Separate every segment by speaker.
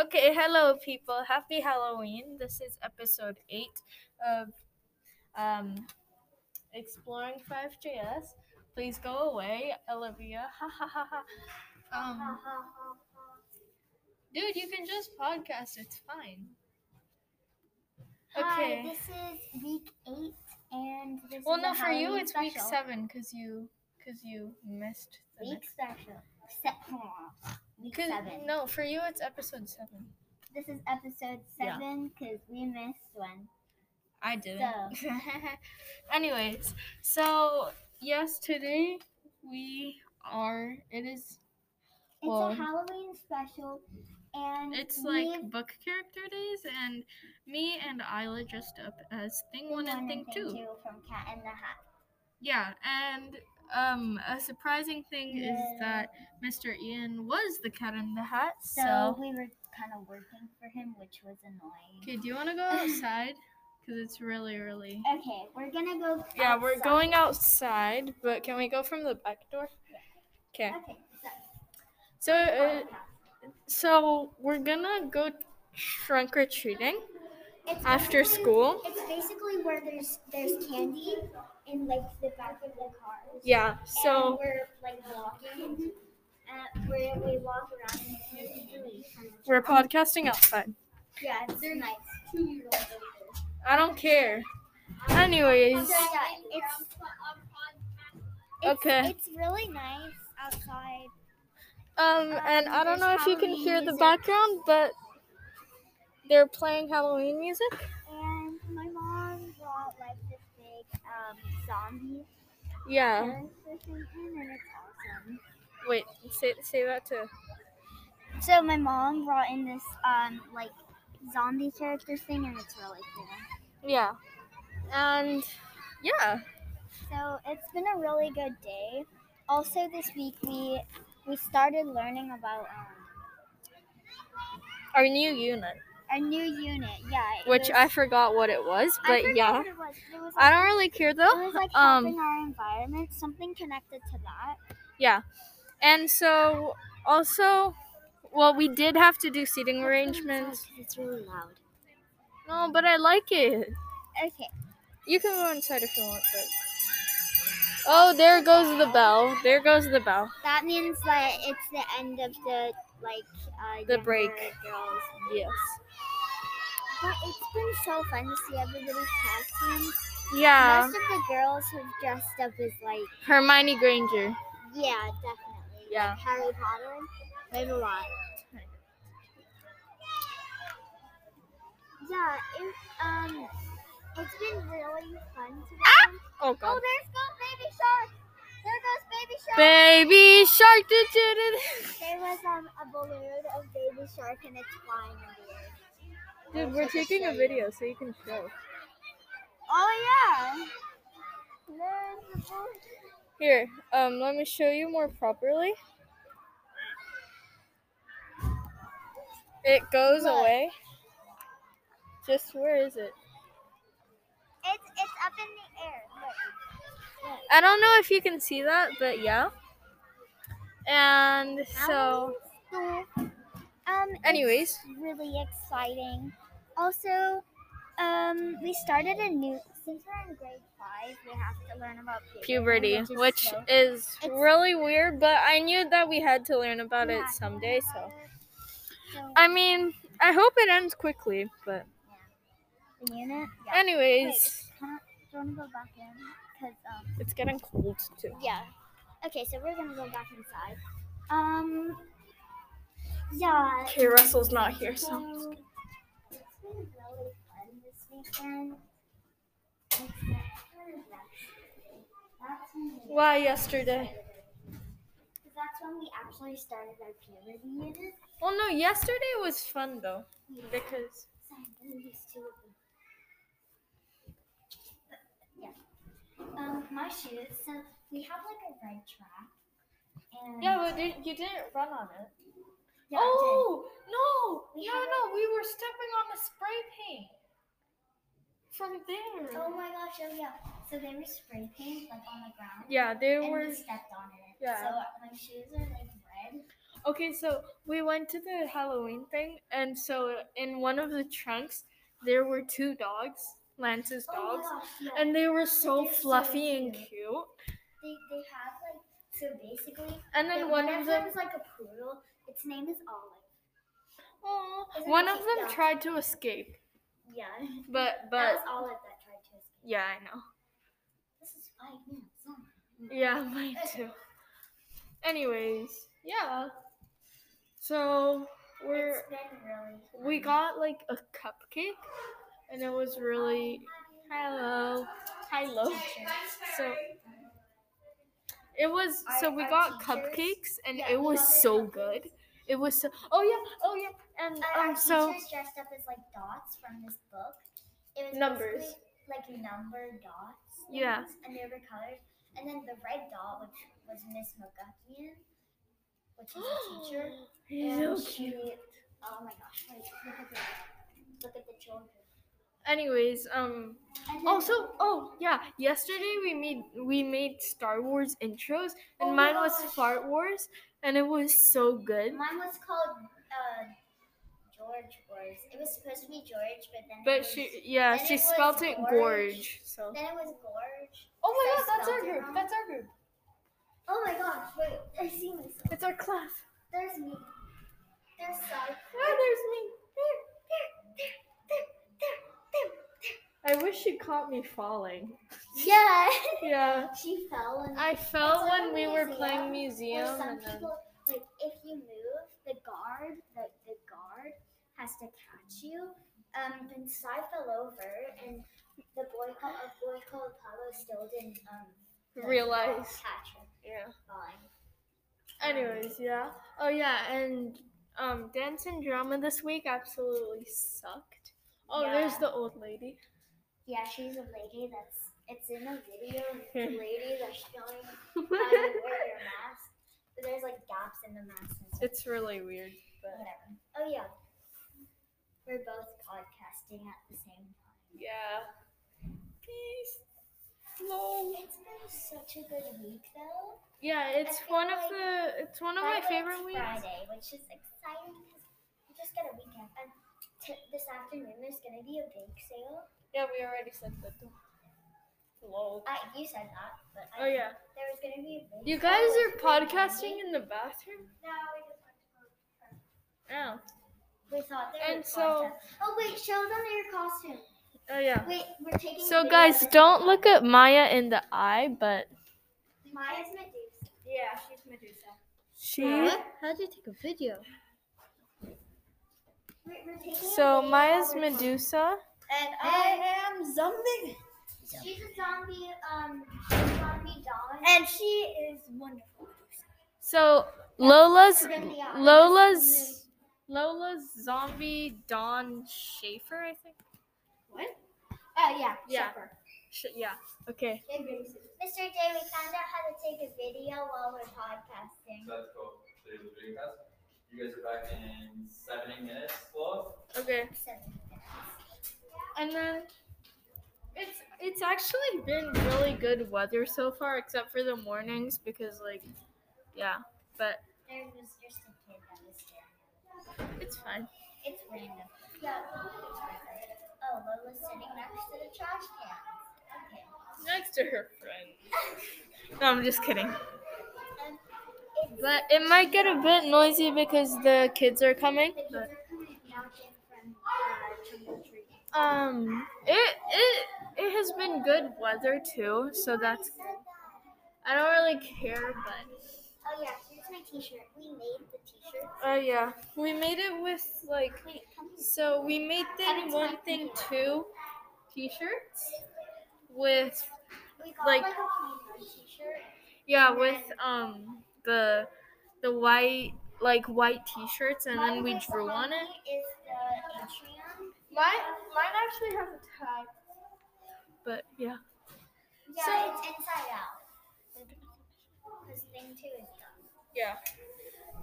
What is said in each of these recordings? Speaker 1: Okay, hello people. Happy Halloween. This is episode 8 of um exploring 5JS. Please go away, Olivia. Ha ha ha ha. Um Dude, you can just podcast. It's fine.
Speaker 2: Hi,
Speaker 1: Okay.
Speaker 2: this is week eight, and this
Speaker 1: Well,
Speaker 2: is
Speaker 1: no,
Speaker 2: a
Speaker 1: for you
Speaker 2: Halloween
Speaker 1: it's week
Speaker 2: special.
Speaker 1: 7 cuz you cuz you missed the
Speaker 2: Week
Speaker 1: next-
Speaker 2: special. Se- week
Speaker 1: 'cause-
Speaker 2: seven.
Speaker 1: No, for you it's episode 7.
Speaker 2: This is episode
Speaker 1: Yeah.
Speaker 2: seven because we missed one.
Speaker 1: I didn't. Anyways, so yes, today we are. It is.
Speaker 2: It's
Speaker 1: Well-
Speaker 2: a Halloween special, and
Speaker 1: It's
Speaker 2: we've
Speaker 1: like book character days, and me and Isla dressed up as Thing One
Speaker 2: done
Speaker 1: and Thing Two.
Speaker 2: from Cat in the Hat.
Speaker 1: Yeah, and um, a surprising thing is
Speaker 2: Yeah.
Speaker 1: that Mr. Ian was the Cat in the Hat.
Speaker 2: So,
Speaker 1: So,
Speaker 2: we were kind of working for him, which was annoying.
Speaker 1: okay, do you want to go outside? Because it's really, really.
Speaker 2: Okay, we're gonna go.
Speaker 1: Yeah, we're
Speaker 2: outside.
Speaker 1: going outside, but can we go from the back door? Okay.
Speaker 2: Okay. So,
Speaker 1: So, uh, so we're gonna go trunk or treating
Speaker 2: It's
Speaker 1: after
Speaker 2: basically-
Speaker 1: school.
Speaker 2: It's basically where there's there's candy in like the back of the cars.
Speaker 1: Yeah.
Speaker 2: and
Speaker 1: So
Speaker 2: we're like walking. Uh, we we walk around and see candy.
Speaker 1: we're podcasting outside.
Speaker 2: Yeah, it's nice. Two year olds over
Speaker 1: I don't care. Anyways,
Speaker 2: So yeah, it's, it's
Speaker 1: Okay.
Speaker 2: It's really nice outside.
Speaker 1: um, and I don't know if you can hear the background, but they're playing Halloween music.
Speaker 2: And my mom brought like this big um zombie
Speaker 1: Yeah.
Speaker 2: ghost person in, and it's awesome.
Speaker 1: Wait. Say say that to.
Speaker 2: So my mom brought in this um like zombie characters thing, and it's really cool.
Speaker 1: Yeah. And yeah.
Speaker 2: So it's been a really good day. Also, this week we we started learning about um,
Speaker 1: Our new unit,
Speaker 2: our new unit. Yeah, it
Speaker 1: which
Speaker 2: was-
Speaker 1: I forgot what it was,
Speaker 2: I
Speaker 1: but
Speaker 2: forgot
Speaker 1: yeah.
Speaker 2: what it was. It was
Speaker 1: I
Speaker 2: like,
Speaker 1: don't really care though.
Speaker 2: it was like
Speaker 1: um,
Speaker 2: helping our environment, something connected to that.
Speaker 1: Yeah. And so also well we did have to do seating arrangements.
Speaker 2: It's really loud.
Speaker 1: No, but I like it.
Speaker 2: Okay.
Speaker 1: You can go inside if you want, but Oh, there goes the bell. There goes the bell.
Speaker 2: That means that it's the end of the like uh,
Speaker 1: The
Speaker 2: younger
Speaker 1: break.
Speaker 2: girls.
Speaker 1: Yes.
Speaker 2: But it's been so fun to see everybody's costumes.
Speaker 1: Yeah.
Speaker 2: Most of the girls have dressed up as like
Speaker 1: Hermione Granger.
Speaker 2: Yeah, definitely.
Speaker 1: Yeah.
Speaker 2: Harry Potter. There's a lot. Yeah, it's um, it's been really fun today.
Speaker 1: Oh
Speaker 2: Oh,
Speaker 1: god.
Speaker 2: there's goes baby shark. There goes baby shark.
Speaker 1: Baby shark did it.
Speaker 2: there was um a balloon of baby shark and it's flying in the air. I
Speaker 1: Dude,
Speaker 2: wish
Speaker 1: we're
Speaker 2: I could
Speaker 1: taking
Speaker 2: show
Speaker 1: a
Speaker 2: you.
Speaker 1: video so you can show.
Speaker 2: Oh yeah. There's a balloon.
Speaker 1: Here, um let me show you more properly. It goes
Speaker 2: Look.
Speaker 1: away. Just where is it?
Speaker 2: It's it's up in the air. Look.
Speaker 1: I don't know if you can see that, but yeah. And so,
Speaker 2: Halloween's cool. um, it's
Speaker 1: anyways,
Speaker 2: really exciting. Also, um, we started a new since we're in grade five, we have to learn about
Speaker 1: puberty,
Speaker 2: is
Speaker 1: which
Speaker 2: so-
Speaker 1: is
Speaker 2: It's-
Speaker 1: really weird, but I knew that we had to learn about
Speaker 2: Yeah,
Speaker 1: it
Speaker 2: learn
Speaker 1: someday, so. Uh,
Speaker 2: about it. So,
Speaker 1: I mean, I hope it ends quickly, but
Speaker 2: the unit. Yeah. Wait,
Speaker 1: anyways,
Speaker 2: it's kinda- do you want to go back in? 'Cause, um,
Speaker 1: it's getting cold too.
Speaker 2: yeah. Okay, so we're gonna go back inside. Um. Yeah.
Speaker 1: Okay, Russell's not here,
Speaker 2: So,
Speaker 1: so.
Speaker 2: it's been really fun this weekend. Except for yesterday. That's when we-
Speaker 1: Why yesterday?
Speaker 2: That's when we actually started our puberty unit.
Speaker 1: Well, no, yesterday was fun though,
Speaker 2: Yeah.
Speaker 1: because.
Speaker 2: So I know these two of them. Yeah. Um, my shoes. So we have like a red track. And
Speaker 1: Yeah, but did, you didn't run on it.
Speaker 2: Yeah, I did.
Speaker 1: oh no!
Speaker 2: We
Speaker 1: no,
Speaker 2: have
Speaker 1: no, we were stepping on the spray paint from there.
Speaker 2: Oh my gosh! Oh yeah. So they were spray paint like on the ground.
Speaker 1: Yeah, they
Speaker 2: And
Speaker 1: were.
Speaker 2: we stepped on it.
Speaker 1: Yeah.
Speaker 2: So my shoes are like red.
Speaker 1: Okay, so we went to the Halloween thing, and so in one of the trunks, there were two dogs, Lance's dogs,
Speaker 2: Oh, my gosh, yeah.
Speaker 1: and they were so
Speaker 2: They're so
Speaker 1: fluffy and
Speaker 2: cute.
Speaker 1: cute.
Speaker 2: they, they have like so basically
Speaker 1: And
Speaker 2: the-
Speaker 1: then one of them,
Speaker 2: is like a poodle. Its name is Olive.
Speaker 1: aw,
Speaker 2: is a
Speaker 1: one of
Speaker 2: cute
Speaker 1: them
Speaker 2: dog.
Speaker 1: tried to escape,
Speaker 2: Yeah. that
Speaker 1: but but
Speaker 2: was Olive that tried to escape.
Speaker 1: yeah, I know.
Speaker 2: This is five minutes. long.
Speaker 1: Yeah, mine too. Anyways, yeah. So we're
Speaker 2: It's been really
Speaker 1: we
Speaker 2: fun.
Speaker 1: got like a cupcake, and it was really hello, hello. So it was so
Speaker 2: Our-
Speaker 1: we
Speaker 2: our
Speaker 1: got
Speaker 2: teachers-
Speaker 1: cupcakes, and
Speaker 2: yeah,
Speaker 1: it
Speaker 2: we
Speaker 1: was
Speaker 2: got their
Speaker 1: so
Speaker 2: cupcakes.
Speaker 1: good. It was so oh yeah oh yeah and
Speaker 2: Uh, our
Speaker 1: um so
Speaker 2: teachers dressed up as like dots from this book. It was
Speaker 1: Numbers.
Speaker 2: basically, like number dots.
Speaker 1: Yeah.
Speaker 2: things, And they were colored. And then the red dot, which was Miss McGuckian, which is a teacher.
Speaker 1: so
Speaker 2: and
Speaker 1: cute.
Speaker 2: she- oh my gosh! Wait, look at the look at the children.
Speaker 1: Anyways um
Speaker 2: And then-
Speaker 1: also oh yeah yesterday we made we made Star Wars intros
Speaker 2: Oh
Speaker 1: and
Speaker 2: my
Speaker 1: mine was
Speaker 2: gosh.
Speaker 1: Fart Wars and it was so good.
Speaker 2: mine was called uh, George Wars. It was supposed to be George, but then it
Speaker 1: But
Speaker 2: was-
Speaker 1: she yeah
Speaker 2: then
Speaker 1: she
Speaker 2: it was
Speaker 1: spelt it
Speaker 2: gorge.
Speaker 1: gorge so.
Speaker 2: then it was Gorge.
Speaker 1: Oh my
Speaker 2: Did I
Speaker 1: god, that's
Speaker 2: spell
Speaker 1: our
Speaker 2: it
Speaker 1: group.
Speaker 2: wrong?
Speaker 1: That's our group.
Speaker 2: Oh my gosh! Wait, I see myself.
Speaker 1: It's our class.
Speaker 2: There's me. There's Sonic.
Speaker 1: Oh, there's me. I wish she caught me falling.
Speaker 2: Yeah.
Speaker 1: Yeah.
Speaker 2: she fell and
Speaker 1: I fell
Speaker 2: It's
Speaker 1: when
Speaker 2: like
Speaker 1: we were
Speaker 2: museum,
Speaker 1: playing
Speaker 2: or
Speaker 1: museum
Speaker 2: some
Speaker 1: and then
Speaker 2: people like if you move, the guard, the, the guard has to catch you. Um and so I fell over and the boy called a boy called Apollo still didn't um like,
Speaker 1: realized.
Speaker 2: catch her
Speaker 1: Yeah.
Speaker 2: falling.
Speaker 1: Anyways, yeah. Oh yeah, and um dance and drama this week absolutely sucked. Oh, there's
Speaker 2: Yeah.
Speaker 1: the old lady.
Speaker 2: Yeah, she's a lady that's it's in a video and it's a lady that's showing how to wear your mask. But there's like gaps in the mask and stuff.
Speaker 1: it's really weird, but
Speaker 2: Whatever. Oh yeah. We're both podcasting at the same time.
Speaker 1: yeah. Peace. Slow.
Speaker 2: It's been such a good week though.
Speaker 1: Yeah, it's
Speaker 2: feel
Speaker 1: one of
Speaker 2: like
Speaker 1: the it's one of my
Speaker 2: Finally,
Speaker 1: favorite
Speaker 2: it's
Speaker 1: weeks.
Speaker 2: Friday, which is exciting because we just got a weekend. And t- this afternoon there's gonna be a bake sale.
Speaker 1: Yeah, we already said that. Lol.
Speaker 2: I you said that, but I
Speaker 1: Oh yeah.
Speaker 2: there was gonna be a bake
Speaker 1: You
Speaker 2: sale
Speaker 1: guys are
Speaker 2: with free
Speaker 1: podcasting
Speaker 2: candy.
Speaker 1: in the bathroom?
Speaker 2: No, we just went to her.
Speaker 1: Oh.
Speaker 2: we thought there
Speaker 1: And
Speaker 2: was
Speaker 1: so-
Speaker 2: podcast. Oh wait, show them your costume.
Speaker 1: Oh yeah.
Speaker 2: Wait, we're taking. a
Speaker 1: So
Speaker 2: video
Speaker 1: guys,
Speaker 2: of it.
Speaker 1: don't look at Maya in the eye, but
Speaker 2: Maya's Medusa. Yeah, she's Medusa.
Speaker 1: she
Speaker 3: How do you take a video?
Speaker 2: We're, we're taking a
Speaker 1: So
Speaker 2: video
Speaker 1: Maya's
Speaker 2: of it.
Speaker 1: Medusa.
Speaker 3: And
Speaker 2: I
Speaker 3: am zombie.
Speaker 2: She's a zombie, um, zombie dog.
Speaker 3: And she is wonderful.
Speaker 1: So Lola's
Speaker 2: Really are.
Speaker 1: Lola's Lola's zombie Dawn Schaefer, I think.
Speaker 2: Oh yeah,
Speaker 1: Yeah.
Speaker 2: Shepherd.
Speaker 1: Sh- yeah. Okay.
Speaker 2: Mr. J, we found out how to take a video while we're podcasting.
Speaker 4: So that's cool. There's a video cast. You guys are back in seven, eight minutes, Flo.
Speaker 1: Okay.
Speaker 2: So,
Speaker 1: And then it's it's actually been really good weather so far, except for the mornings because like, yeah. But
Speaker 2: there was just a kid that was staring.
Speaker 1: it's fine.
Speaker 2: It's random. Yeah. Oh, Lola's sitting next to the trash can. Okay.
Speaker 1: Next to her friend. No, I'm just kidding.
Speaker 2: Um, it's
Speaker 1: But it might get a bit noisy because the kids are coming.
Speaker 2: the kids
Speaker 1: But,
Speaker 2: are coming out in from uh, Jungle Tree.
Speaker 1: um, it it it has been good weather too, so that's
Speaker 2: Who said that?
Speaker 1: I don't really care, but
Speaker 2: Oh yeah, here's my T-shirt. We made the T-shirt.
Speaker 1: oh yeah, we made it with like
Speaker 2: Wait, come here.
Speaker 1: So we made thing
Speaker 2: Haven't tried
Speaker 1: one, thing two t-shirts with
Speaker 2: We got
Speaker 1: Like-
Speaker 2: like, a Pokemon T-shirt.
Speaker 1: yeah with um the the white like white t-shirts and then we
Speaker 2: Mine was
Speaker 1: drew on it.
Speaker 2: Honey Is the Atrium.
Speaker 1: Mine mine actually has a tag. But yeah.
Speaker 2: Yeah,
Speaker 1: So-
Speaker 2: it's inside out. This thing too is done.
Speaker 1: Yeah.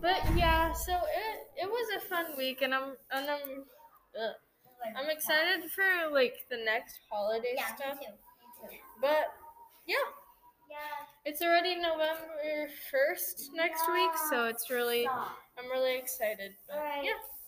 Speaker 1: But yeah, so it it was a fun week and I'm and I'm ugh. I'm excited for like the next holiday
Speaker 2: Yeah,
Speaker 1: stuff.
Speaker 2: me too. Me too.
Speaker 1: But yeah.
Speaker 2: Yeah.
Speaker 1: It's already November 1st next week, so it's really
Speaker 2: stop. I'm really excited. But
Speaker 1: Alright.
Speaker 2: yeah.